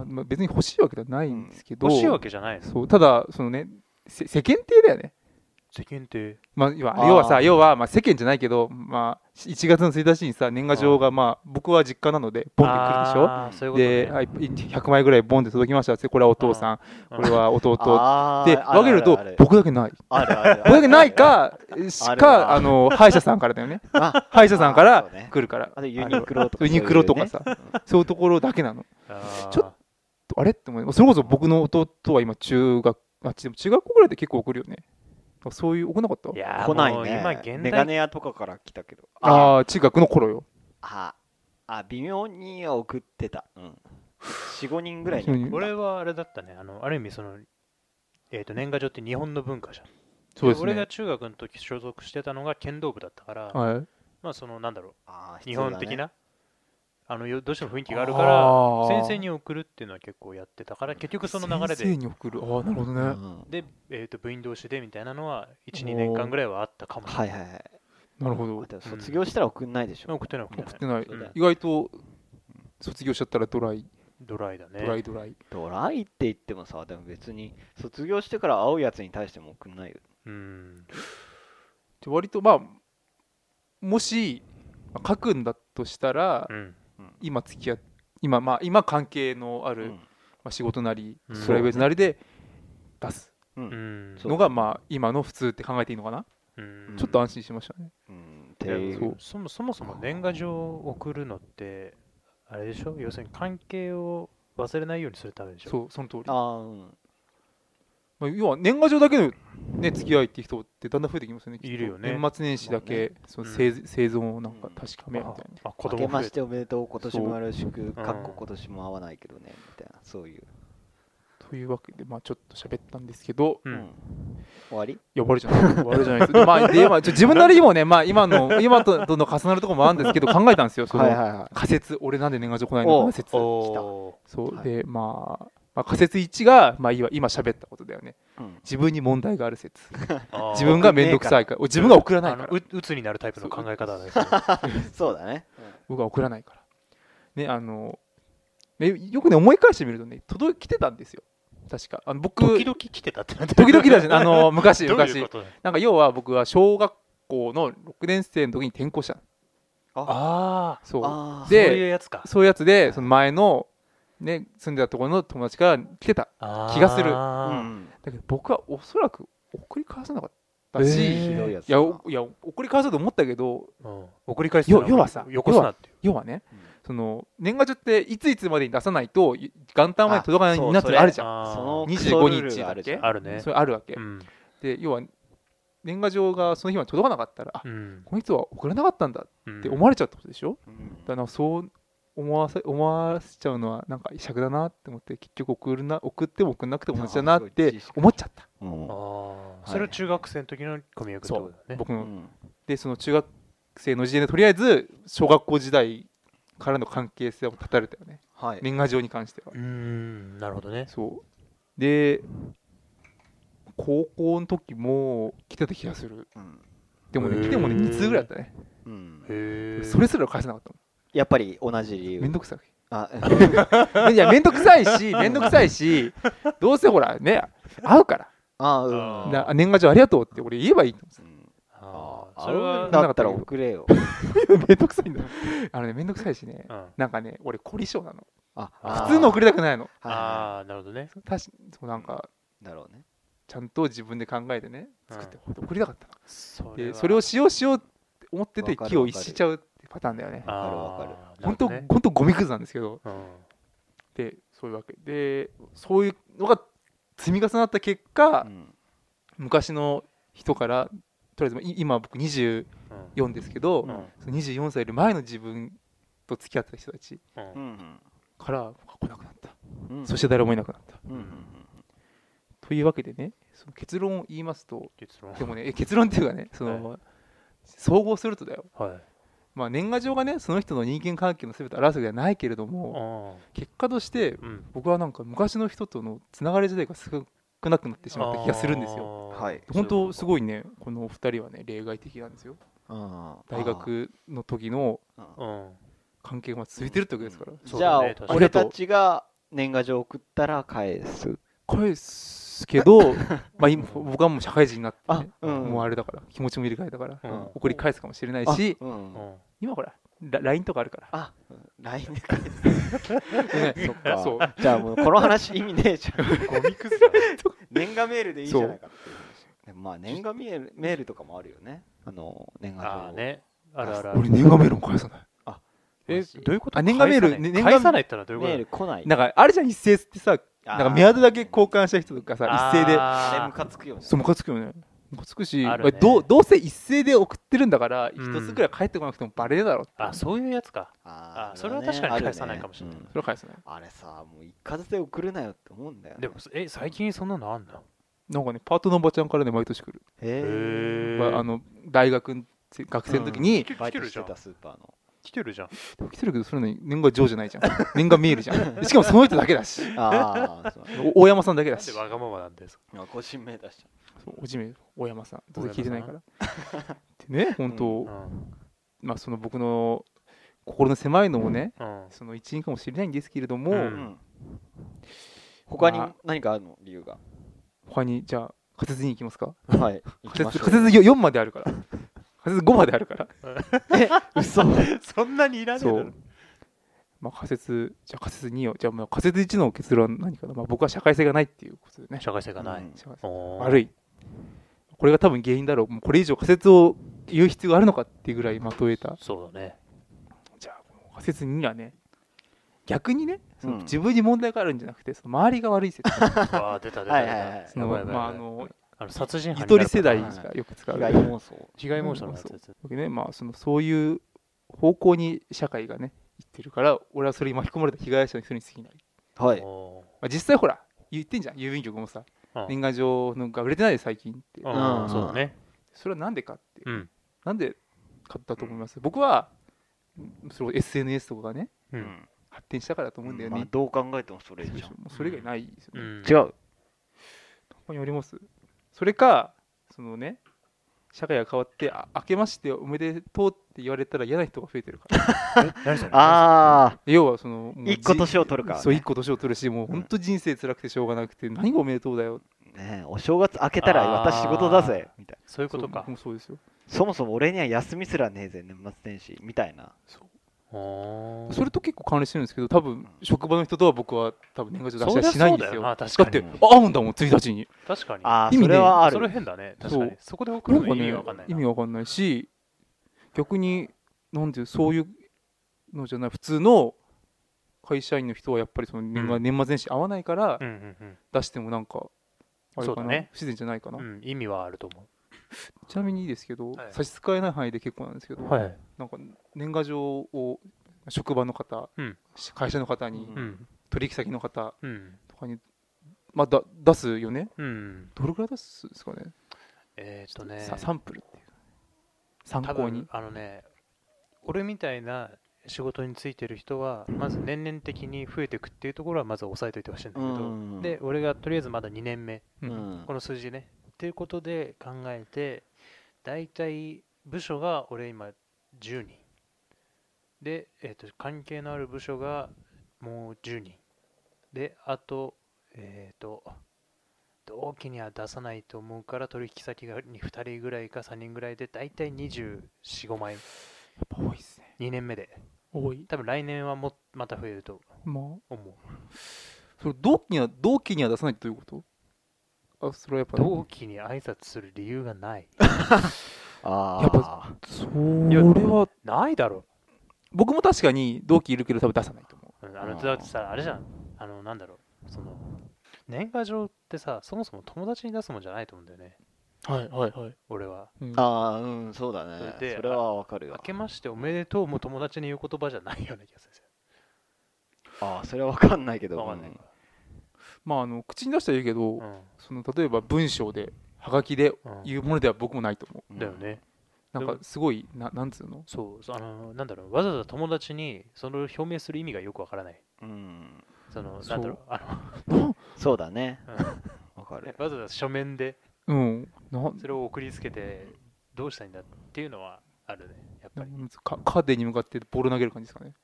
Speaker 1: あまあ別に欲しいわけではないんですけど
Speaker 3: 欲しいわけじゃないの
Speaker 1: そうただそのねせ世間体だよね
Speaker 3: 世間って
Speaker 1: まあ、要は
Speaker 2: あー
Speaker 1: 要はさ、要はまあ世間じゃないけど、まあ、1月の1日にさ、年賀状が、まあ、僕は実家なので、ボンって来るでしょ。
Speaker 3: あーそういうこと
Speaker 1: で、
Speaker 3: ね
Speaker 1: はい、100枚ぐらいボンって届きました。これはお父さん、
Speaker 3: うん
Speaker 1: これは弟。
Speaker 2: あー
Speaker 1: で、
Speaker 2: あるある
Speaker 1: 分けると
Speaker 2: ある、
Speaker 1: 僕だけない。
Speaker 2: あるある
Speaker 1: 僕だけないか、
Speaker 2: あ
Speaker 1: し
Speaker 2: るわ
Speaker 1: か、あの、歯医者さんからだよね。
Speaker 2: あ
Speaker 1: 歯医者さんか
Speaker 2: あー
Speaker 1: ら
Speaker 2: そうね
Speaker 1: 来るから。
Speaker 2: あとユニクロとか
Speaker 1: ユニクロとかさ
Speaker 2: そういうね
Speaker 1: そういうところだけなの。
Speaker 3: あー
Speaker 1: ちょあれって思う。それこそ僕の弟は今、中学、あ、でも中学校ぐらいで結構送るよね。そういう、送んなかった
Speaker 3: いやー
Speaker 2: 来ない
Speaker 3: もう
Speaker 2: ね
Speaker 3: 今現
Speaker 2: メガ
Speaker 3: 代
Speaker 2: ネ屋とかから来たけど
Speaker 1: ああー、中学の頃よ。
Speaker 2: ああ微妙には送ってたうん45人ぐらいに
Speaker 1: そういう
Speaker 3: 俺はあれだったねあのある意味そのえー、と年賀状って日本の文化じゃん
Speaker 1: そうです
Speaker 3: 俺が
Speaker 1: ね。
Speaker 3: 中学の時所属してたのが剣道部だったから、
Speaker 1: はい。
Speaker 3: まあそのなんだろう
Speaker 2: あー必
Speaker 3: 日
Speaker 2: 要だね
Speaker 3: 本的な、あのよどうしても雰囲気があるか
Speaker 1: あ
Speaker 3: ら
Speaker 1: ー
Speaker 3: 先生に送るっていうのは結構やってたから結局その流れ
Speaker 1: 先生
Speaker 3: で
Speaker 1: に送る。ああ、なるほどね。
Speaker 2: うん
Speaker 3: で、えー、と部員同士でみたいなのは
Speaker 1: おー
Speaker 3: 12年間ぐらいはあったかも
Speaker 2: はいはいはい
Speaker 1: なるほど
Speaker 2: あ。でも卒業したら送んないでしょ、
Speaker 3: 送ってない送っ
Speaker 1: 送ってて
Speaker 3: ない
Speaker 1: ない
Speaker 2: そうだよ。
Speaker 1: 意外と卒業しちゃったらドライ、
Speaker 3: ドライだね
Speaker 1: ドライドライ。
Speaker 2: ドライって言ってもさでも別に卒業してから会うやつに対しても送んないよ
Speaker 3: うん
Speaker 1: で割とまあ、もしまあ書くんだとしたら
Speaker 3: う、ん
Speaker 1: 今付き合っ今まあ今関係のあ
Speaker 2: う
Speaker 1: る
Speaker 2: ん、
Speaker 1: まあ仕事なり
Speaker 3: うん
Speaker 1: プライベートなりで出す
Speaker 2: うん
Speaker 3: うん
Speaker 2: そう
Speaker 1: のがまあ今の普通って考えていいのかな。
Speaker 3: うん
Speaker 1: ちょっと安心しましたね。
Speaker 2: うん、っ
Speaker 3: い
Speaker 2: て
Speaker 3: や
Speaker 2: い
Speaker 1: そうう
Speaker 3: そもそもそも年賀状を送るのってあれでしょ要するに関係を忘れないようにするためでしょ
Speaker 1: そうその通り。
Speaker 2: あーうん
Speaker 1: まあ要は年賀状だけのね付き合いって人ってだんだん増えてきますよね。きっと
Speaker 3: いるよね
Speaker 1: 年末年始だけその生生存をなんか確かめるみたいな。
Speaker 3: あ子
Speaker 2: 明け
Speaker 3: 供増
Speaker 2: ま
Speaker 3: え
Speaker 2: してておめでとう今年もよろしく
Speaker 3: そう
Speaker 2: かっ
Speaker 3: う
Speaker 2: こ
Speaker 3: ん
Speaker 2: 今年も会わないけどねみたいなそういう、
Speaker 1: というわけで、まあ、ちょっと喋ったんですけど、
Speaker 3: う
Speaker 2: うんん終わり
Speaker 1: いや、悪いじゃない、悪いじゃないです。まあ、で、まあ、ちょ自分なりにもね、まあ、今の、今ととの重なるところもあるんですけど、考えたんですよ、その、
Speaker 2: はいは
Speaker 1: 仮説、俺なんで年賀状来ないのかな説。そ
Speaker 3: おー
Speaker 1: う、
Speaker 2: はい
Speaker 1: で、まあ、まあ、仮説1が、まあ、いわ今喋ったことだよね。
Speaker 2: い、うん
Speaker 1: 自分に問題がある説。
Speaker 3: あー
Speaker 1: 自分が面倒くさいから、自分が送らない
Speaker 3: あ
Speaker 1: か
Speaker 3: の
Speaker 1: ら。
Speaker 3: う鬱になるタイプの考え方だけど
Speaker 2: そうだね、
Speaker 1: 僕は送らないから。ね、あの、ね、よくね、思い返してみるとね、届きてたんですよ。確か。あの僕、時
Speaker 3: 時々来てたってなんて
Speaker 1: 々だし、あ の、昔、
Speaker 3: どう
Speaker 1: 昔
Speaker 3: いう。ことだ
Speaker 1: なんか要は僕は小学校の6年生の時に転校したの
Speaker 3: あ
Speaker 1: そう
Speaker 2: あー
Speaker 3: そう
Speaker 1: で
Speaker 3: いうやつか
Speaker 1: そういうやつでその前の、ね、住んでたところの友達から来てた
Speaker 3: あー
Speaker 1: 気がする
Speaker 2: う
Speaker 3: うん
Speaker 2: ん
Speaker 1: だけど僕はおそらく送り返さなかっだし、
Speaker 3: えー
Speaker 2: ひどいやつ
Speaker 1: いやおいや送り返そうと思ったけど
Speaker 3: うん、送り返す
Speaker 1: よ
Speaker 3: な
Speaker 1: 要はさ
Speaker 3: よこすなっていう
Speaker 1: 要はね、
Speaker 2: うん
Speaker 1: その年賀状っていついつまでに出さないと元旦まで届かない
Speaker 2: あ
Speaker 1: になって
Speaker 2: そう
Speaker 1: るあるじゃん
Speaker 3: あー
Speaker 2: その
Speaker 1: 25
Speaker 2: クソルールがあるじゃん
Speaker 3: あるね
Speaker 1: それあるわけ、
Speaker 3: うん
Speaker 1: で要は年賀状がその日まで届かなかったら、あ
Speaker 3: うん
Speaker 1: この人は送らなかったんだ
Speaker 3: うん
Speaker 1: って思われちゃうってことでしょ、
Speaker 2: うん
Speaker 1: だからなんかそう思わせ思わせちゃうのはなんか尺だなって思って結局送るな送っても送んなくても同じだなって思っちゃった、
Speaker 2: うん
Speaker 3: ああ
Speaker 2: い
Speaker 3: それは中学生の時の小宮君ってことだよね
Speaker 1: 僕
Speaker 2: う
Speaker 1: の
Speaker 2: ん
Speaker 1: でその中学生の時点でとりあえず小学校時代からの関係性を断たれたよね
Speaker 2: はい
Speaker 1: 年賀状に関しては
Speaker 3: うーんなるほどね
Speaker 1: そうで高校の時も来てた気がする
Speaker 2: うん
Speaker 1: でもね
Speaker 3: へー
Speaker 1: 来てもね2通ぐらいだったね
Speaker 2: うん
Speaker 3: へえ
Speaker 1: それすら返せなかったも
Speaker 2: やっぱり同じ理
Speaker 1: んめん
Speaker 2: 由
Speaker 1: どくさい
Speaker 2: あ
Speaker 1: いや、めんどくさいし、めんどくさいし、どうせほら、ね、会うか
Speaker 2: あう
Speaker 1: ら、
Speaker 2: ん
Speaker 3: あ
Speaker 1: な年賀状ありがとうって俺言えばいいと思
Speaker 2: うん
Speaker 3: ああ
Speaker 2: あ
Speaker 3: それは
Speaker 1: な
Speaker 2: だったら送れよ
Speaker 1: うんですよめんどくさいんだ。あのね、めんどくさいしね
Speaker 3: う、ん
Speaker 1: なんかね、俺、凝り性なの。
Speaker 2: あ
Speaker 3: あー
Speaker 1: 普通の送りたくないの。
Speaker 2: あ
Speaker 3: ああなるほどね
Speaker 1: たしそうなんか、
Speaker 2: だろうね
Speaker 1: ちゃんと自分で考えてね、
Speaker 3: うん
Speaker 1: 作って送りたかったの。
Speaker 3: そ
Speaker 1: で、
Speaker 3: は
Speaker 1: それをしようしようって思ってて、
Speaker 2: わかる
Speaker 1: 気を逸しちゃうってパターンだよね。
Speaker 3: あー
Speaker 2: わかるわ
Speaker 3: な
Speaker 1: 本
Speaker 3: るほ
Speaker 1: 当、
Speaker 3: どね
Speaker 1: 本当ゴミくずなんですけど、
Speaker 3: うん
Speaker 1: で、そういうわけで、そういうのが積み重なった結果、
Speaker 2: うん
Speaker 1: 昔の人からとりあえずい今僕24
Speaker 3: うん
Speaker 1: ですけど、
Speaker 2: うん
Speaker 1: その24歳より前の自分と付き合ってた人たち
Speaker 3: うん
Speaker 2: うん
Speaker 1: から来なくなった、
Speaker 2: うん
Speaker 1: そして誰もいなくなった
Speaker 2: うんうん
Speaker 1: というわけでねその結論を言いますと
Speaker 3: 結論
Speaker 1: でもねえ結論っていうかねその、総合するとだよ、
Speaker 3: はい
Speaker 1: まあ、年賀状がねその人の人間関係の全てを表すわけではないけれども、
Speaker 3: あ
Speaker 1: 結果として
Speaker 3: ーうん
Speaker 1: 僕はなんか昔の人とのつながり自体が少なくなってしまった気がするんですよ
Speaker 3: よ
Speaker 2: はい
Speaker 1: 本当すごいねこのお二人はね例外的なんですよ
Speaker 2: うんあー
Speaker 1: 大学の時の
Speaker 2: あ
Speaker 3: う
Speaker 2: ー
Speaker 3: ん
Speaker 1: 関係が続いてるってわけですから、
Speaker 3: そう
Speaker 2: じゃ
Speaker 3: だ
Speaker 2: あ
Speaker 3: ね確かに
Speaker 2: 俺たちが年賀状送ったら返す
Speaker 1: 返すけどまあ今僕はもう社会人になって、ね
Speaker 2: あうん
Speaker 1: もうあれだから気持ちも入れ替えたから、
Speaker 3: うん
Speaker 2: うん
Speaker 1: 送り返すかもしれない
Speaker 2: あ
Speaker 1: し
Speaker 2: うん
Speaker 3: うん
Speaker 1: 今ほらラ LINE とかあるから
Speaker 2: あ、来年
Speaker 1: ね
Speaker 2: そっか。
Speaker 1: そう
Speaker 2: じゃあもうこの話意味ねえじゃん。
Speaker 3: ゴミくずだね
Speaker 2: 年賀メールでいいじゃないかっていう話。でもまあ年賀メールメールとかもあるよね。あの年賀状。
Speaker 3: ああねあるあるあ
Speaker 1: 俺
Speaker 3: る
Speaker 1: 年賀メールも返さない
Speaker 3: え
Speaker 2: マジ
Speaker 3: どういうこと
Speaker 1: あ年賀メール
Speaker 3: 返さない
Speaker 1: ね年賀
Speaker 3: 返さないってのはどう
Speaker 2: メ
Speaker 3: いうこと
Speaker 2: ール来ない。
Speaker 1: なんかあれじゃん一斉ってさなんかメアドだけ交換した人とかさ一斉で
Speaker 2: あれ
Speaker 3: あ
Speaker 2: ムカつくよね。
Speaker 1: そうムカつくよねムカつくし、
Speaker 3: ある
Speaker 1: ま
Speaker 3: ね
Speaker 1: あどうどうせ一斉で送ってるんだから一
Speaker 3: うん
Speaker 1: つぐらい返ってこなくてもバレるだろうって、
Speaker 3: ーあそういうやつか
Speaker 2: あ
Speaker 3: あ
Speaker 2: ー
Speaker 3: それは確かに返さないかもしれない
Speaker 2: あるね
Speaker 1: それは返さない
Speaker 2: うんあれさ、もう一括で送るなよって思うんだよね。
Speaker 3: でもえ最近そんなのあんの
Speaker 1: なんかねパートのおばちゃんからね毎年来る、
Speaker 2: へー
Speaker 3: へ
Speaker 1: まああの大学ん学生の時に、
Speaker 3: 来
Speaker 2: バイ
Speaker 3: て
Speaker 2: ト
Speaker 3: る
Speaker 2: し
Speaker 3: じゃ
Speaker 2: て
Speaker 3: ん
Speaker 2: たスーパーの。
Speaker 3: 来てるじゃん
Speaker 1: 来てるけどそれの年賀状じゃないじゃん年賀メールじゃ んしかもその人だけだし
Speaker 2: あ あ、そう。
Speaker 1: お大山さんだけ
Speaker 3: な
Speaker 1: だ
Speaker 3: ん
Speaker 1: し
Speaker 3: でわがままなんです
Speaker 2: あ個人名出しちゃ
Speaker 1: そうおじめ大山さんどうせ
Speaker 3: 大山さん
Speaker 1: 聞いてないからでね本当、
Speaker 3: うん
Speaker 1: まあその僕の心の狭いのもね、
Speaker 3: うん
Speaker 1: その一員かもしれないんですけれども、
Speaker 3: う
Speaker 2: う。うんん。他に
Speaker 1: まあ
Speaker 2: 何かあるの理由が。
Speaker 1: 他にじゃあ仮説に行きますか
Speaker 2: はい。行き
Speaker 1: 仮
Speaker 2: まし
Speaker 1: 説
Speaker 2: ょう
Speaker 1: 仮説 4, まであるから仮説5まである から
Speaker 2: 嘘。
Speaker 3: そんなにいらねえ
Speaker 1: そ
Speaker 3: だろ
Speaker 1: うまあ仮説じゃあ仮説2をじゃあまあ仮説1の結論は何かな、まあ、僕は社会性がないっていうことでね
Speaker 3: 社会性がな
Speaker 2: う
Speaker 3: い
Speaker 2: ん
Speaker 1: 社会性
Speaker 3: 悪
Speaker 1: 悪
Speaker 3: い
Speaker 1: いこれが多分原因だろうもうこれ以上仮説を言う必要があるのかっていうぐらいまとえた
Speaker 3: そうだ ね
Speaker 1: じゃあこの仮説2はね逆にねその
Speaker 2: うん
Speaker 1: 自分に問題があるんじゃなくてその周りが悪い説
Speaker 3: あ出た出た
Speaker 2: はいはいはい
Speaker 3: 出た
Speaker 1: その
Speaker 3: やばいやばい
Speaker 1: まああの
Speaker 3: あの殺
Speaker 1: ゆ
Speaker 3: 人犯にな
Speaker 1: と
Speaker 3: る
Speaker 1: り世代
Speaker 3: パ
Speaker 1: がよく使う
Speaker 2: 被害妄想。
Speaker 3: ターン被害妄想のやつです
Speaker 1: わけねまあそのそういう方向に社会がね行ってるから俺はそれに巻き込まれた被害者の人に過ぎない、
Speaker 2: はい。
Speaker 3: おー
Speaker 1: まあ、実際ほら言ってんじゃん郵便局もさ
Speaker 3: うん
Speaker 1: 年賀状のが売れてないで最近って
Speaker 3: うんうんそうだね
Speaker 1: それはなんでかって
Speaker 3: うん
Speaker 1: なんで買ったと思います僕はうんそれを SNS とかがね
Speaker 3: う
Speaker 2: うんん。
Speaker 1: 発展したからと思うんだよ
Speaker 2: まあ
Speaker 1: ね、
Speaker 2: どう考えてもそれ
Speaker 1: そう
Speaker 2: じ
Speaker 1: で
Speaker 2: ゃ
Speaker 1: しょ
Speaker 2: ん。
Speaker 1: もうそれ以外ないですよね、
Speaker 3: うん
Speaker 2: 違う。
Speaker 1: ここにおりますそれかそのね社会が変わってあ明けましておめでとうって言われたら嫌な人が増えてるから
Speaker 3: え何それ
Speaker 2: ああ、
Speaker 1: 要はそのもう
Speaker 2: 一個
Speaker 1: じ
Speaker 2: 年を取るからね。
Speaker 1: そう一個年を取るしもう本当人生辛くてしょうがなくて、何がおめでとうだよ
Speaker 2: ねえお正月明けたら私仕事だぜ。みたいな。
Speaker 3: そういうこと
Speaker 1: そう
Speaker 3: か
Speaker 1: もうそうですよ
Speaker 2: そもそも俺には休みすらねえぜ、年末年始。みたいな。
Speaker 1: そう
Speaker 3: あー
Speaker 1: それと結構関連してるんですけど多分職場の人とは僕は多分年賀状出し
Speaker 3: そ
Speaker 1: た
Speaker 3: りゃ
Speaker 1: りしない
Speaker 3: そ
Speaker 1: ん
Speaker 3: う
Speaker 1: で
Speaker 3: だ
Speaker 1: す
Speaker 3: よ
Speaker 1: よ
Speaker 3: な確
Speaker 1: だ
Speaker 3: か
Speaker 1: って
Speaker 3: に
Speaker 1: あ会うんだもん1日に
Speaker 3: 確かに
Speaker 2: ああ
Speaker 1: 意味
Speaker 2: そ
Speaker 1: ね
Speaker 2: れはあ
Speaker 3: それ
Speaker 2: る
Speaker 3: 変だね
Speaker 1: そう
Speaker 3: 確かにそこで送
Speaker 1: な
Speaker 3: る
Speaker 1: ん
Speaker 3: の
Speaker 1: か
Speaker 3: 意味
Speaker 1: ね
Speaker 3: わかんない
Speaker 1: 意
Speaker 3: な
Speaker 1: 味わかんないし逆になんていうそういうのじゃない普通の会社員の人はやっぱりその年,、
Speaker 3: うん
Speaker 1: 年末年始合わないから
Speaker 3: うんうん
Speaker 1: 出してもなんかあれ
Speaker 3: そう
Speaker 1: か
Speaker 3: だ
Speaker 1: な、
Speaker 3: ね
Speaker 1: 不自然じゃないかな、
Speaker 3: うんうん意味はあると思
Speaker 1: ちなみにいいですけど、
Speaker 3: はい
Speaker 1: 差し支えない範囲で結構なんですけど、
Speaker 3: うはい
Speaker 1: なんか年賀状を職場の方、
Speaker 3: うん
Speaker 1: 会社の方に、
Speaker 2: うん
Speaker 3: うん
Speaker 1: 取引先の方
Speaker 3: うん
Speaker 1: とかに、まあ、だ出すよね
Speaker 3: うん
Speaker 1: どれぐらい出すんですかね
Speaker 3: えーっとね
Speaker 1: さサンプルっていう参
Speaker 3: 多
Speaker 1: 考に
Speaker 3: 分あのね俺みたいな仕事についてる人はまず年々的に増えていくっていうところはまず押さえておいてほしいんだけど、
Speaker 2: うん
Speaker 3: で俺がとりあえずまだ2年目
Speaker 1: う
Speaker 2: うんん
Speaker 3: この数字ねっていうことで考えて大体部署が俺今10人で、えー、と関係のある部署がもう10人であとえっ、と同期には出さないと思うから取引先がに2人ぐらいか3人ぐらいで大体245枚
Speaker 1: やっぱ多いですね
Speaker 3: 2年目で
Speaker 1: 多い
Speaker 3: 多分来年はもっまた増えると
Speaker 1: まあ
Speaker 3: 思う
Speaker 1: それ同期には同期には出さないということあそれはやっぱ
Speaker 3: 同期に挨拶する理由がない
Speaker 2: あ
Speaker 1: やっ
Speaker 2: あ
Speaker 1: そ
Speaker 3: い
Speaker 1: れ
Speaker 3: や
Speaker 1: は
Speaker 3: ないだろ
Speaker 1: 僕も確かに同期いるけど多分出さないと思
Speaker 3: うんあの
Speaker 2: あー
Speaker 3: だってさあれじゃんあのなんだろうその年賀状ってさそもそも友達に出すもんじゃないと思うんだよね
Speaker 1: うはいはいはい、
Speaker 3: 俺は
Speaker 1: うん
Speaker 2: あーうんそうだ
Speaker 3: そ
Speaker 2: ねそ
Speaker 3: れで
Speaker 2: れはわかる
Speaker 3: 明
Speaker 2: よ
Speaker 3: けましておめでとうも友達に言う言葉じゃないような気がするんです
Speaker 2: ああそれはわかんないけど
Speaker 3: よわかんないか
Speaker 1: まああの口に出したらいいけど、
Speaker 3: ら
Speaker 1: その例えば文章ではがきで
Speaker 3: うん、うん
Speaker 1: 言うものでは僕もないと思
Speaker 2: う
Speaker 3: だよね
Speaker 1: うなんかすごいななんつうの
Speaker 3: そうそうあのなんだろうわざわざ友達にそれを表明する意味がよくわからない
Speaker 2: うん
Speaker 3: その
Speaker 1: そう
Speaker 3: なんだろうあ
Speaker 2: そうだね
Speaker 3: の、うん
Speaker 2: わか
Speaker 3: ね
Speaker 2: る
Speaker 3: わざわざ書面で
Speaker 1: うんな
Speaker 3: それを送りつけてどうしたいんだっていうのはあるねやっぱり
Speaker 1: なんつかカーテンに向かってボール投げる感じですかね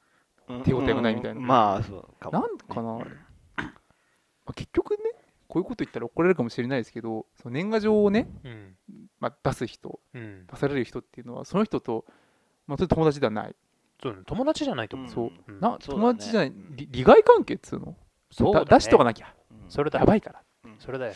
Speaker 1: 手応えがないみたいな
Speaker 2: うんまあそうかも
Speaker 1: なんかな、あれまあ、結局ねこういうこと言ったら怒られるかもしれないですけどその年賀状をね、
Speaker 3: うん
Speaker 1: まあ、出す人
Speaker 3: うん
Speaker 1: 出される人っていうのはその人と、まあ、それ友達ではない、
Speaker 3: そうだね友達じゃないと思う、
Speaker 1: そう
Speaker 3: うん
Speaker 1: な
Speaker 2: そうだね
Speaker 1: 友達じゃない、
Speaker 2: うん
Speaker 1: 利利害関係っつうの
Speaker 3: そうだね
Speaker 1: だ出しとかなきゃ
Speaker 2: うん
Speaker 3: それだ
Speaker 1: や
Speaker 3: よ
Speaker 1: ばいから
Speaker 2: うん
Speaker 3: それだよ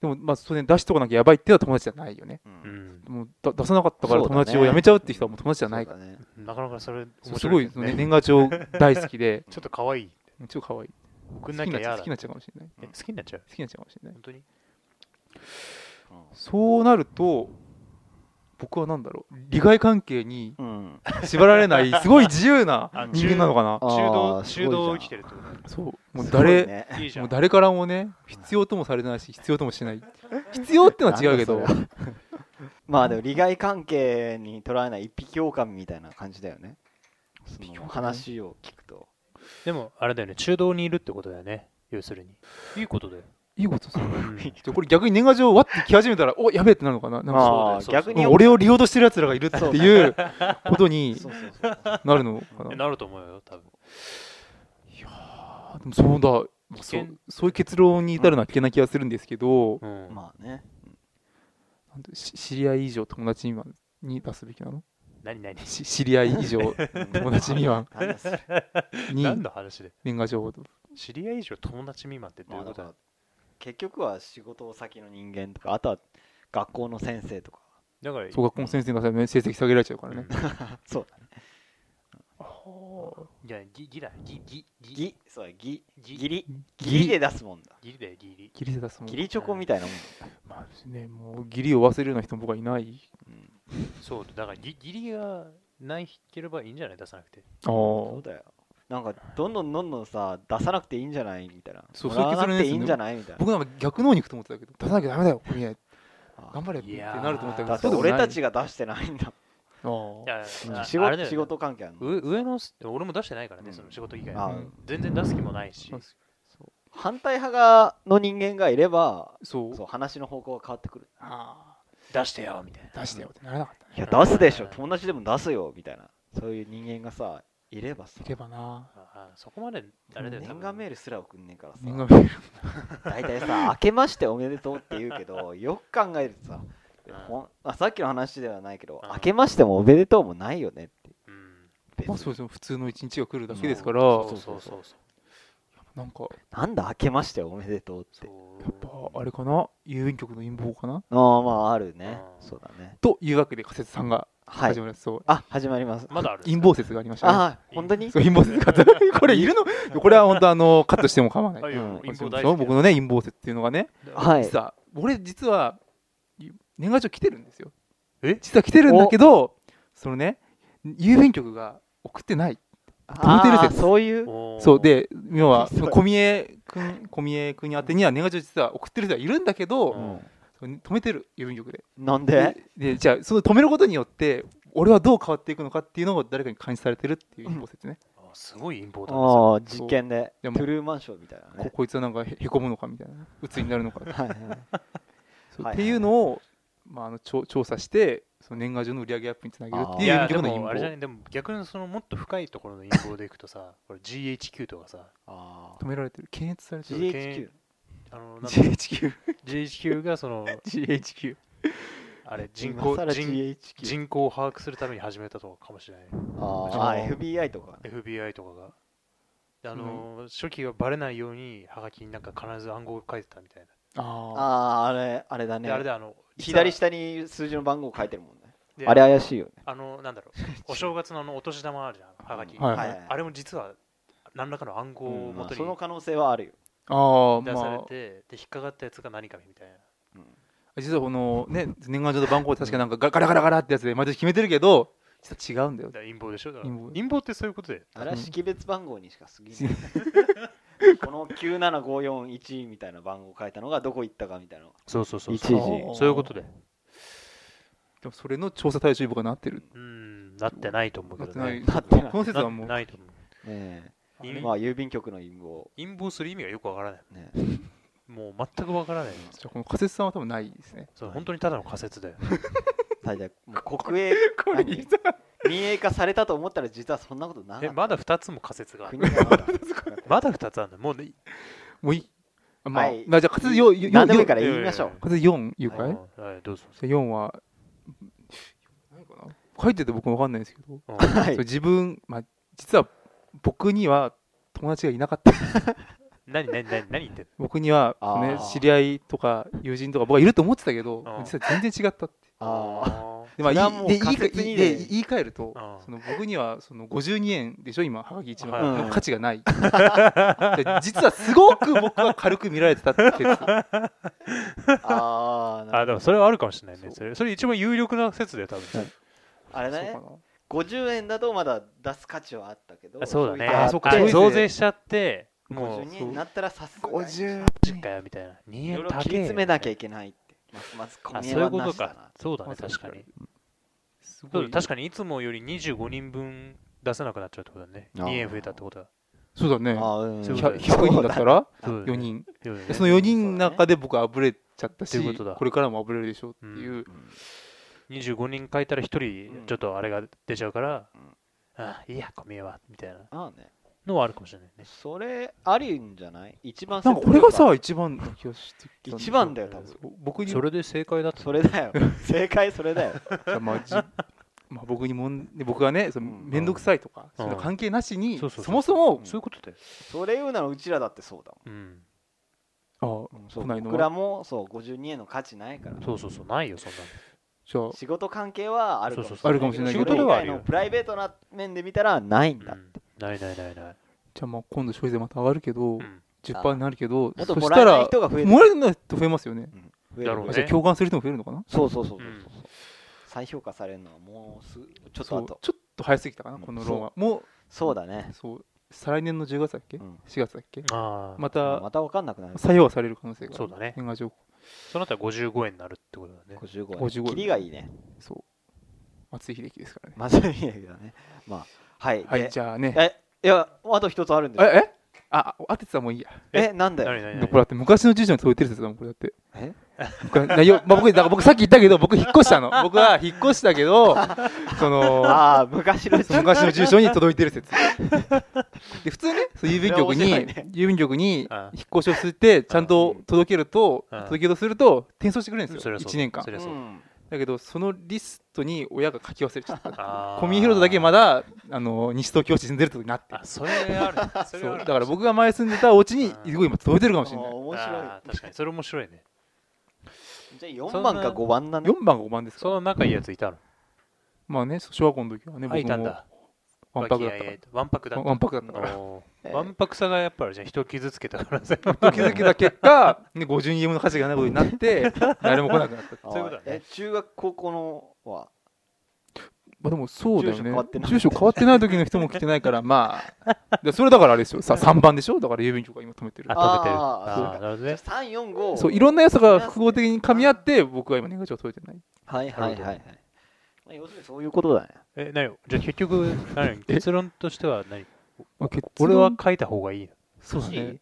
Speaker 1: でもまあそれ出しとかなきゃやばいっていうのは友達じゃないよね
Speaker 2: うん
Speaker 3: うん
Speaker 1: もうだ出さなかったから
Speaker 2: そうだ
Speaker 1: 友
Speaker 2: ね
Speaker 1: 達を辞めちゃうって人はもう友達じゃないか
Speaker 2: そ
Speaker 1: ら
Speaker 2: うだね
Speaker 3: なかなかそれ
Speaker 1: そう
Speaker 3: 面
Speaker 1: す
Speaker 3: 白
Speaker 1: ご
Speaker 3: い
Speaker 1: い
Speaker 3: で
Speaker 1: そ
Speaker 3: す
Speaker 1: の
Speaker 3: ね
Speaker 1: ね年賀状大好きで
Speaker 3: ちょっと可愛い
Speaker 1: 超可愛い
Speaker 3: 送
Speaker 1: 好き
Speaker 3: ん
Speaker 1: に
Speaker 3: な
Speaker 1: な
Speaker 3: きゃ
Speaker 1: っちゃう好きに
Speaker 3: 嫌だ
Speaker 1: なっちゃうかもしれない
Speaker 3: え好きになっちゃう
Speaker 1: 好きになっちゃうかもしれない
Speaker 3: 本当に
Speaker 1: そうなると僕は何だろう利害関係に
Speaker 2: うん
Speaker 1: 縛られないすごい自由な
Speaker 3: あ
Speaker 1: 人間なのかな
Speaker 2: あー
Speaker 3: 中道中
Speaker 2: すごいじゃん
Speaker 3: 道を生きてるってこ
Speaker 1: そうもう
Speaker 2: すごい
Speaker 1: 誰
Speaker 2: ね
Speaker 3: といいじゃ
Speaker 1: もうん誰からもね必要ともされないし必要ともしない必要ってのは違うけど
Speaker 2: なんだそれはまあでも利害関係に捉えない一匹狼みたいな感じだよねその話を聞くと
Speaker 3: でもあれだよね中道にいるってことだよね要するにいいことだよ、
Speaker 1: いいことする
Speaker 3: うん
Speaker 1: じゃあこれ逆に年賀状をわって来始めたらおやべえってなるのかななんか
Speaker 2: ああ
Speaker 3: そうだよ
Speaker 2: 逆
Speaker 1: も
Speaker 2: に
Speaker 1: う俺を利用としてる奴らがいるっていうことに
Speaker 2: そうそうそう
Speaker 1: なるのか
Speaker 3: え
Speaker 1: な
Speaker 3: なると思うよ多分
Speaker 1: あでもそうだまあそ
Speaker 3: 険
Speaker 1: うそういう結論に至るのは危険な気がするんですけど、
Speaker 3: うん、
Speaker 2: まあね
Speaker 1: なんてし知り合い以上友達未満に出すべきなの
Speaker 3: 何何
Speaker 1: し知り合い以上友達未満
Speaker 2: なんだそれ
Speaker 1: に
Speaker 3: 何の話で
Speaker 1: 年賀状を
Speaker 3: 知り合い以上友達未満ってどう
Speaker 2: ま
Speaker 3: い
Speaker 2: あ
Speaker 3: う
Speaker 2: だ
Speaker 3: こと
Speaker 2: か
Speaker 3: だ
Speaker 2: ら結局は仕事先の人間とかあとは学校の先生とか
Speaker 3: だから
Speaker 1: 小学校の先生に出される成績下げられちゃうからね、
Speaker 3: うん
Speaker 2: そうだね
Speaker 3: いやギギだギギギ
Speaker 2: ぎそうだぎ
Speaker 3: ギ
Speaker 2: ぎり
Speaker 1: ギ
Speaker 2: ぎ
Speaker 1: リ
Speaker 2: りで出すもんだ
Speaker 3: ギリだよギリ
Speaker 1: ギリで出すもん
Speaker 2: ぎりチョコみたいなもん
Speaker 1: まあねもうギリを忘れるような人も僕はいない
Speaker 2: うん
Speaker 3: そうだからギギリがないければいいんじゃない出さなくて
Speaker 1: ああ
Speaker 2: そうだよなんかどんどんどんどんさ出さなくていいんじゃないみたいな
Speaker 1: そう
Speaker 2: もらわなくていいんじゃないみたいな
Speaker 1: 僕なんか逆の方に行くと思ってたけど出さなきゃダメだよみんな
Speaker 2: あ
Speaker 1: 頑張れって
Speaker 3: いやー
Speaker 1: なると思ったけ
Speaker 2: だ
Speaker 1: ど
Speaker 2: って
Speaker 1: そう
Speaker 2: 俺
Speaker 1: でもない
Speaker 2: たちが出してないんだ
Speaker 1: あー
Speaker 3: いやあ
Speaker 2: 仕
Speaker 3: あれだよね
Speaker 2: 事仕事関係あるの
Speaker 3: う上のす俺も出してないからね、
Speaker 2: うん
Speaker 3: その仕事以外
Speaker 2: あ
Speaker 1: う
Speaker 2: ー
Speaker 1: ん
Speaker 3: 全然出す気もないし
Speaker 1: そう
Speaker 2: 反対派がの人間がいれば
Speaker 1: そう
Speaker 2: そう話の方向が変わってくる
Speaker 1: あ
Speaker 3: 出してよみたい
Speaker 1: ー出してよってならなかったね
Speaker 2: いや
Speaker 3: うん
Speaker 2: 出すでしょ友達でも出すよみたいなそういう人間がさいればさ
Speaker 1: いればな
Speaker 3: なああそこまであれだよ多
Speaker 2: 年
Speaker 3: 分
Speaker 2: 賀メールすら送んねえからさ
Speaker 1: 年賀メール
Speaker 2: 大体さ「明けましておめでとう」って言うけどよく考えるとさ
Speaker 3: うん
Speaker 2: ほんあさっきの話ではないけど
Speaker 3: うん
Speaker 2: 「明けましてもおめでとう」もないよねって
Speaker 3: うん
Speaker 2: 別
Speaker 1: まあ
Speaker 2: に
Speaker 1: そうですね普通の一日が来るだけですから
Speaker 3: そうそうそうそう
Speaker 1: なんか
Speaker 2: なんだ明けましておめでとうって
Speaker 1: やっぱあれかな郵便局の陰謀かな
Speaker 2: ああまああるね
Speaker 3: うん
Speaker 2: そうだね
Speaker 1: というわけで仮説さんが
Speaker 2: はい
Speaker 1: 始まります、そう
Speaker 2: あ始まります
Speaker 3: まだある
Speaker 1: 陰謀説がありましたね
Speaker 2: あー本当に
Speaker 1: そう陰謀説か これい るのこれは本当あのカットしても構わない
Speaker 3: はい
Speaker 2: うん
Speaker 3: 陰謀大
Speaker 1: そ
Speaker 3: 好
Speaker 1: う
Speaker 3: き
Speaker 1: 僕のね陰謀説っていうのがね、
Speaker 2: は
Speaker 1: 実は俺実は年賀状来てるんですよ
Speaker 3: え
Speaker 1: 実は来てるんだけどそのね郵便局が送ってない止めてる
Speaker 2: あー
Speaker 1: 説
Speaker 2: そういう
Speaker 3: おー
Speaker 1: そうで要は
Speaker 2: そう
Speaker 1: 小宮君小宮君宛てには年賀状実は送ってる人はいるんだけ
Speaker 3: う
Speaker 1: ど、
Speaker 3: ん
Speaker 1: 止めてる郵便局で
Speaker 2: なんで
Speaker 1: でじゃあその止めることによって俺はどう変わっていくのかっていうのを誰かに監視されてるっていう陰謀説ね、
Speaker 3: あすごい陰謀だね
Speaker 2: ああ実験で
Speaker 1: で
Speaker 2: ト
Speaker 1: も
Speaker 2: ゥルーマンションみたいな
Speaker 1: こ
Speaker 2: ね
Speaker 1: こいつはなんかへへこむのかみたいな鬱になるのか
Speaker 2: はいはい
Speaker 1: そう
Speaker 2: はい
Speaker 1: っていうのを、まあ、あの調調査してその年賀状の売り上げアップにつなげるって
Speaker 3: い
Speaker 1: いう郵
Speaker 3: や
Speaker 1: 便局
Speaker 3: で
Speaker 1: の陰
Speaker 3: もあ
Speaker 1: 謀
Speaker 3: れじゃないでも逆にそのもっと深いところの陰謀でいくとさこれ GHQ とかさ
Speaker 2: あ
Speaker 1: 止められてる検閲されて
Speaker 2: ー
Speaker 1: る
Speaker 3: そう
Speaker 2: GHQ
Speaker 3: あのなんだ
Speaker 1: GHQGHQ
Speaker 3: GHQ がその
Speaker 1: GHQ
Speaker 3: あれ人
Speaker 2: 今
Speaker 3: 口
Speaker 2: 更
Speaker 3: 人
Speaker 2: GHQ
Speaker 3: 人口を把握するために始めたとかかもしれない
Speaker 2: あーあー FBI とかね
Speaker 3: FBI とかがであのー初期がバレないようにハガキになんか必ず暗号を書いてたみたい
Speaker 1: ああ
Speaker 2: あああれあれだ
Speaker 3: な
Speaker 2: ね
Speaker 3: であれであの
Speaker 2: 左下に数字の番号書いてるもんね
Speaker 3: で
Speaker 2: あれ怪しいよね
Speaker 3: あのなんだろうお正月のあのお年玉あるじゃんハガキ
Speaker 1: はい
Speaker 3: あれも実は何らかの暗号を
Speaker 2: うんま
Speaker 3: も
Speaker 2: あ
Speaker 3: とに
Speaker 2: その可能性はあるよ
Speaker 1: あー
Speaker 3: 出され
Speaker 1: ま
Speaker 3: てで引っかかったやつが何かみたいな
Speaker 1: あ実はこのね年賀状の番号確かなんかガガラガラガラってやつで毎年決めてるけど実は違うんだよ
Speaker 3: だから陰謀でしょだから
Speaker 1: 陰謀
Speaker 3: 陰謀ってそういうことで
Speaker 2: あれは識別番号にしか過ぎな いこの97541みたいな番号書いたのがどこ行ったかみたいなのが
Speaker 3: そうそう
Speaker 2: そう
Speaker 1: あ
Speaker 2: 一時
Speaker 1: ー
Speaker 3: そういうことで
Speaker 1: でもそれの調査対象部がなってる
Speaker 3: うんなってないと思う
Speaker 1: な
Speaker 3: け
Speaker 1: っ
Speaker 3: ど
Speaker 1: てな
Speaker 3: ね
Speaker 1: い
Speaker 2: なってない
Speaker 1: この説はもう
Speaker 3: ないと思う
Speaker 2: え
Speaker 1: あれ
Speaker 2: え
Speaker 3: 陰
Speaker 2: まあ郵便局の陰謀
Speaker 3: 陰謀する意味がよくわからない
Speaker 2: ね
Speaker 3: もう全くわからない
Speaker 1: じゃあこの仮説さんは多分ないですね
Speaker 3: そう本当にただの仮説だよ
Speaker 2: 大体もう国営
Speaker 1: これ
Speaker 2: 何民営化されたと思ったら実はそんなことなか
Speaker 3: え
Speaker 2: っ
Speaker 3: まだ2つも仮説が
Speaker 2: た
Speaker 3: ある
Speaker 2: 国がまだ
Speaker 3: まだ2つあるんだもうね
Speaker 1: もういいあまあ、
Speaker 2: はい
Speaker 1: まあじゃあ仮説よよよ
Speaker 2: 何でもいいか
Speaker 1: よ
Speaker 2: ら言いましょう
Speaker 3: いやいやいや
Speaker 1: 仮説4言うかい、
Speaker 3: は
Speaker 1: じ
Speaker 3: い
Speaker 1: ゃ
Speaker 3: はいどうぞ
Speaker 1: あ4は何かな書いてて僕も分かんないんですけど
Speaker 3: うん
Speaker 2: は
Speaker 1: そ
Speaker 2: い
Speaker 1: う自分、まあ、実は僕には友達がいなかった
Speaker 3: 何何何何言ってん
Speaker 1: 僕には、
Speaker 2: あ
Speaker 1: ね、
Speaker 2: ー
Speaker 1: 知り合いとか友人とか僕はいると思ってたけど
Speaker 3: うん
Speaker 1: 実は全然違ったって
Speaker 2: ああ
Speaker 3: の
Speaker 1: で,、まあ、
Speaker 2: それは
Speaker 1: 言
Speaker 2: も
Speaker 1: いうで言い
Speaker 2: 仮
Speaker 1: か
Speaker 2: 説
Speaker 1: 言
Speaker 2: に
Speaker 1: い
Speaker 2: ね
Speaker 1: で言い換えると
Speaker 3: うん
Speaker 1: その僕にはその52円でしょ今はがき一
Speaker 3: は
Speaker 1: 番
Speaker 2: い
Speaker 1: 価値がないで実はすごく僕は軽く見られてたって説
Speaker 2: あーな
Speaker 3: あ
Speaker 2: る
Speaker 3: でもそれはあるかもしれない
Speaker 1: そ
Speaker 3: ね
Speaker 1: う
Speaker 3: それそれ一番有力な説で多分
Speaker 2: ほどあれだ
Speaker 1: そう
Speaker 2: ね
Speaker 1: かな
Speaker 2: 50円だとまだ出す価値はあったけど
Speaker 3: あそうだね
Speaker 1: あ
Speaker 2: あ
Speaker 1: そうか
Speaker 3: あ
Speaker 1: そうですね
Speaker 3: 増税しちゃってもう
Speaker 2: 52円になったらさすがにい
Speaker 1: 50
Speaker 3: 実家やみたいな2
Speaker 2: ろい
Speaker 3: 円
Speaker 2: ろ
Speaker 3: 高
Speaker 2: 切り詰めなきゃいけないってますます小
Speaker 3: あ
Speaker 2: 宮
Speaker 3: そういう
Speaker 2: は
Speaker 3: こ
Speaker 2: な
Speaker 3: と
Speaker 2: しだな
Speaker 3: かそうだね確かに
Speaker 1: す
Speaker 3: そ
Speaker 1: ご
Speaker 3: う
Speaker 1: い
Speaker 3: だ確かにいつもより25人分出せなくなっちゃうってことだね
Speaker 2: あー
Speaker 3: 2円増えたってことだ
Speaker 1: そうだね
Speaker 2: あうん
Speaker 3: そういうこ
Speaker 1: 100
Speaker 3: とで
Speaker 1: 100人だったら
Speaker 3: そうだね
Speaker 1: 4人
Speaker 3: そうだね
Speaker 1: でその4人の中で僕あぶれちゃったし
Speaker 3: そういうことだ
Speaker 1: これからもあぶれるでしょうっていう、
Speaker 3: 25人書いたら1
Speaker 2: うん
Speaker 3: 人ちょっとあれが出ちゃうから
Speaker 2: うん
Speaker 3: あいいや小宮はみたいな
Speaker 2: ああね
Speaker 3: のはあるかもしれないね
Speaker 2: それありんじゃない一番
Speaker 1: なんかこれがさ一番な気がしてきたん
Speaker 2: 一番だよ多分
Speaker 1: そう僕に
Speaker 3: それで正解だと
Speaker 2: それだよ正解それだよ
Speaker 1: まあじまあ僕にもんで僕はねその
Speaker 2: うん
Speaker 1: 面倒くさいとか、そういうの
Speaker 3: うん
Speaker 1: 関係なしに、
Speaker 3: そ
Speaker 1: そう
Speaker 3: そうそう
Speaker 1: もそも
Speaker 2: うん
Speaker 3: そういうことだよ
Speaker 2: それ言うならうちらだってそうだもん
Speaker 3: うん
Speaker 1: ああ
Speaker 2: うんそ
Speaker 1: 来
Speaker 2: う
Speaker 1: ないの
Speaker 2: 僕ら
Speaker 1: は
Speaker 2: もそう52円の価値ないから
Speaker 3: そうそうそうないよそんなの
Speaker 1: じゃあ
Speaker 2: 仕事関係はある
Speaker 3: そうそうそう
Speaker 1: あるかもしれないけど
Speaker 2: 仕事
Speaker 3: 仕
Speaker 2: 以外
Speaker 3: 事ではある
Speaker 2: の
Speaker 3: よ
Speaker 2: プライベートな面で見たらないんだ、
Speaker 3: うんないないないない
Speaker 1: じゃあまあ今度消費税また上がるけど、
Speaker 3: うん
Speaker 1: 10%になるけど
Speaker 2: もっと
Speaker 1: そ
Speaker 2: も
Speaker 1: し
Speaker 2: ら
Speaker 1: た
Speaker 2: えない
Speaker 1: ら
Speaker 2: 人が増える
Speaker 1: もらえない人増えますよね
Speaker 2: うん増える
Speaker 3: だろうね
Speaker 1: じゃあ共感する人も増えるのかな
Speaker 2: そうそうそうそうそう、
Speaker 3: うん
Speaker 2: 再評価されるのはもうすちょっと
Speaker 1: そ
Speaker 2: 後
Speaker 1: う
Speaker 2: そう
Speaker 1: ちょっと早すぎたかな
Speaker 2: うん
Speaker 1: このローンはも
Speaker 2: だね
Speaker 1: う、そう再来年の10月だっけ、
Speaker 2: うん
Speaker 1: 4月だっけ
Speaker 3: ああ
Speaker 1: ま
Speaker 2: ま
Speaker 1: た
Speaker 2: た分かんなくなる
Speaker 1: 採用される可能性がある
Speaker 3: そうだね
Speaker 1: 年賀状
Speaker 3: そのあたり55円になるってことだね
Speaker 2: 55
Speaker 1: 55
Speaker 2: 円キリがいいね
Speaker 1: そう松井秀喜ですからね
Speaker 2: まずいんだけどねまあはい
Speaker 1: はい
Speaker 2: で
Speaker 1: じゃあね
Speaker 2: えいやあと一つあるんです
Speaker 1: え
Speaker 2: よ
Speaker 1: えああ当ててたらもういいや
Speaker 2: えなんだ
Speaker 3: 何
Speaker 2: よ
Speaker 3: 何
Speaker 1: これだ
Speaker 3: 何
Speaker 1: って昔の住所に届いてる説だもんこれだって
Speaker 2: え
Speaker 1: 僕内容 まあ僕だから僕さっき言ったけど僕引っ越したの僕は引っ越したけどその
Speaker 2: ああ昔の
Speaker 1: その昔の住所に届いてる説で普通ねそう郵便局
Speaker 2: そ
Speaker 1: に、
Speaker 2: れ面白いね
Speaker 1: 郵便局に
Speaker 3: ああ
Speaker 1: 引っ越しをしてちゃんと届けると
Speaker 3: ああ
Speaker 1: 届けようとすると転送してくれるんです
Speaker 3: そ
Speaker 1: よ
Speaker 3: りゃそう
Speaker 1: 1年間
Speaker 3: そりゃそう
Speaker 2: うん
Speaker 1: だけどそのリストに親が書き忘れちゃった
Speaker 3: あー
Speaker 1: 小見広だけまだあの西東京市住んでるとこになってる
Speaker 3: あそれあるそれ
Speaker 1: そ
Speaker 3: は
Speaker 1: う
Speaker 3: あ
Speaker 1: だ
Speaker 3: る
Speaker 1: から僕が前住んでたお家に
Speaker 3: うん
Speaker 1: 今届いてるかもしれない
Speaker 2: 面白
Speaker 3: あー確かにそれ面白いね
Speaker 2: い。じゃあ4番か5番なの
Speaker 1: 4番が5番です
Speaker 3: そ
Speaker 1: か
Speaker 3: の仲いいやついたの
Speaker 1: まあね小学校の時はね
Speaker 3: あい
Speaker 1: 僕
Speaker 3: たん
Speaker 1: も
Speaker 3: だ
Speaker 1: ワンパクだったから
Speaker 3: わんぱくだ
Speaker 1: ワ
Speaker 3: っ
Speaker 1: ンワンパクだった
Speaker 3: た
Speaker 1: から
Speaker 3: お
Speaker 2: え
Speaker 3: ー
Speaker 2: ー
Speaker 3: わんぱくさがやっぱあるじゃん人を傷つけたからさ
Speaker 1: 気づけた結果、 ね、50人分の価値がないことになって誰も来なくなったって
Speaker 3: そういうことだね
Speaker 2: え中学高校のは
Speaker 1: まあでもそうだよ
Speaker 2: 住所変わって
Speaker 1: ね
Speaker 2: ない
Speaker 1: 住所変わってない時の人も来てないからまあでそれだからあれですよさ3番でしょだから郵便局が今止めてる
Speaker 3: あ
Speaker 2: あ
Speaker 3: 食べてる
Speaker 2: あー
Speaker 3: あー
Speaker 2: そう
Speaker 3: なるほど
Speaker 2: じゃ
Speaker 3: ね
Speaker 2: あ3、4、5。
Speaker 1: そういろんなやつが複合的に噛み合って僕は今年賀状届いてない
Speaker 2: はいはいはい
Speaker 3: な
Speaker 2: は
Speaker 3: る
Speaker 2: い。まあ、要するにそういうことだね。
Speaker 3: え何じゃあ結局何結論としては何
Speaker 1: まあ結論
Speaker 3: 俺は書いた方がいいの
Speaker 1: そうだ
Speaker 2: 欲し
Speaker 1: ね
Speaker 2: い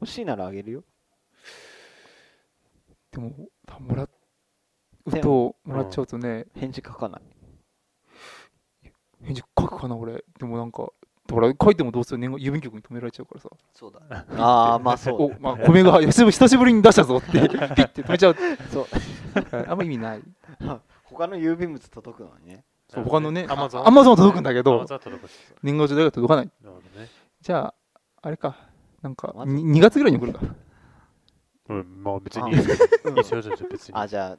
Speaker 2: 欲しいならあげるよ。
Speaker 1: でもたもらう
Speaker 2: で
Speaker 1: ともらっちゃうとね
Speaker 2: 返事書かない。
Speaker 1: 返事書くかな俺でもなんかだから書いてもどうせ年賀郵便局に止められちゃうからさ
Speaker 2: そう だ。ああ、まあそう
Speaker 1: お、まあ、米が久しぶり久しぶりに出したぞってピッて止めちゃう
Speaker 2: だ。そう
Speaker 1: あんま意味ない
Speaker 2: 他の郵便物届くのにね。
Speaker 1: そう他のね
Speaker 3: アマゾ
Speaker 1: あ
Speaker 3: ン
Speaker 1: Amazon 届くんだけど
Speaker 3: アマゾン届く
Speaker 1: 年賀状だけ届かない
Speaker 3: なるほどね
Speaker 1: じゃああれかなんか
Speaker 2: まず
Speaker 1: に2月ぐらいに送るか
Speaker 3: うんまあ別
Speaker 2: あ
Speaker 3: にいいですよ
Speaker 2: う
Speaker 3: い
Speaker 2: ん
Speaker 3: いですよ別に別に
Speaker 2: あ、じゃあ、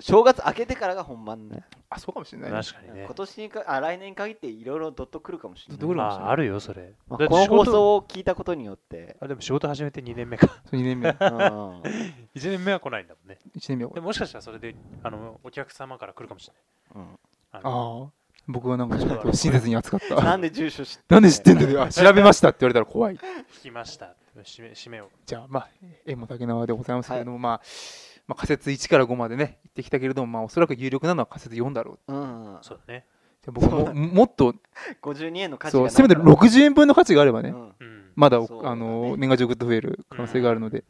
Speaker 2: 正月明けてからが本番ね。
Speaker 1: あそうかもしれないね
Speaker 3: 確かにね
Speaker 2: 今年にか、あ、来年に限っていろいろドット来るかもしれない。
Speaker 1: ドット来る
Speaker 3: ま
Speaker 1: かもしれない
Speaker 3: ああるよそれ
Speaker 2: まあ
Speaker 3: だって
Speaker 2: この
Speaker 3: 仕
Speaker 2: 放
Speaker 3: 事
Speaker 2: 送を聞いたことによって、
Speaker 3: あでも仕事始めて2年目か
Speaker 1: そう2年目1
Speaker 2: うん
Speaker 3: 1年目は来ないんだもんね
Speaker 1: 年目はこ
Speaker 3: で
Speaker 1: れ
Speaker 3: ももしかしたらそれであのお客様から来るかもしれ
Speaker 2: うん
Speaker 3: ないあ
Speaker 1: あ
Speaker 3: の
Speaker 1: あ僕はなんかちょっと親切に扱っ
Speaker 2: な
Speaker 1: た
Speaker 2: んで住所知って
Speaker 1: なんで知ってんだよあ調べましたって言われたら怖い
Speaker 3: 聞きました締め締めを
Speaker 1: じゃあまあ縁も竹縄でございますけれども、まあまあ仮説1から5までね言ってきたけれどもまあおそらく有力なのは仮説4だろう
Speaker 2: うん。
Speaker 3: そうだね
Speaker 1: で僕
Speaker 2: そう
Speaker 1: も
Speaker 2: だ
Speaker 1: もっと
Speaker 2: 52円の価値
Speaker 1: そ
Speaker 2: が
Speaker 1: う
Speaker 2: ない
Speaker 1: せめて60円分の価値があればね、
Speaker 2: うん
Speaker 3: うん
Speaker 1: まだお
Speaker 2: そうだね
Speaker 1: あの年賀状グッと増える可能性があるので、
Speaker 2: うん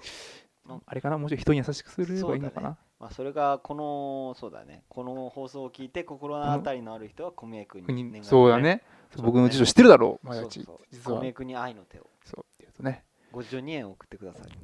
Speaker 1: あれかなもうちょい人に優しくすればいいのかな、
Speaker 2: まあ、それがこのそうだねこの放送を聞いて心当たりのある人は小宮君に
Speaker 1: 国
Speaker 2: 念願を
Speaker 1: そうだね僕の辞書知ってるだろう
Speaker 2: そ
Speaker 1: 毎
Speaker 2: うそう
Speaker 1: 日
Speaker 2: そう
Speaker 1: 実
Speaker 2: 小
Speaker 1: は
Speaker 2: 宮君に愛の手を
Speaker 1: そうっていうとね
Speaker 2: 52円送ってください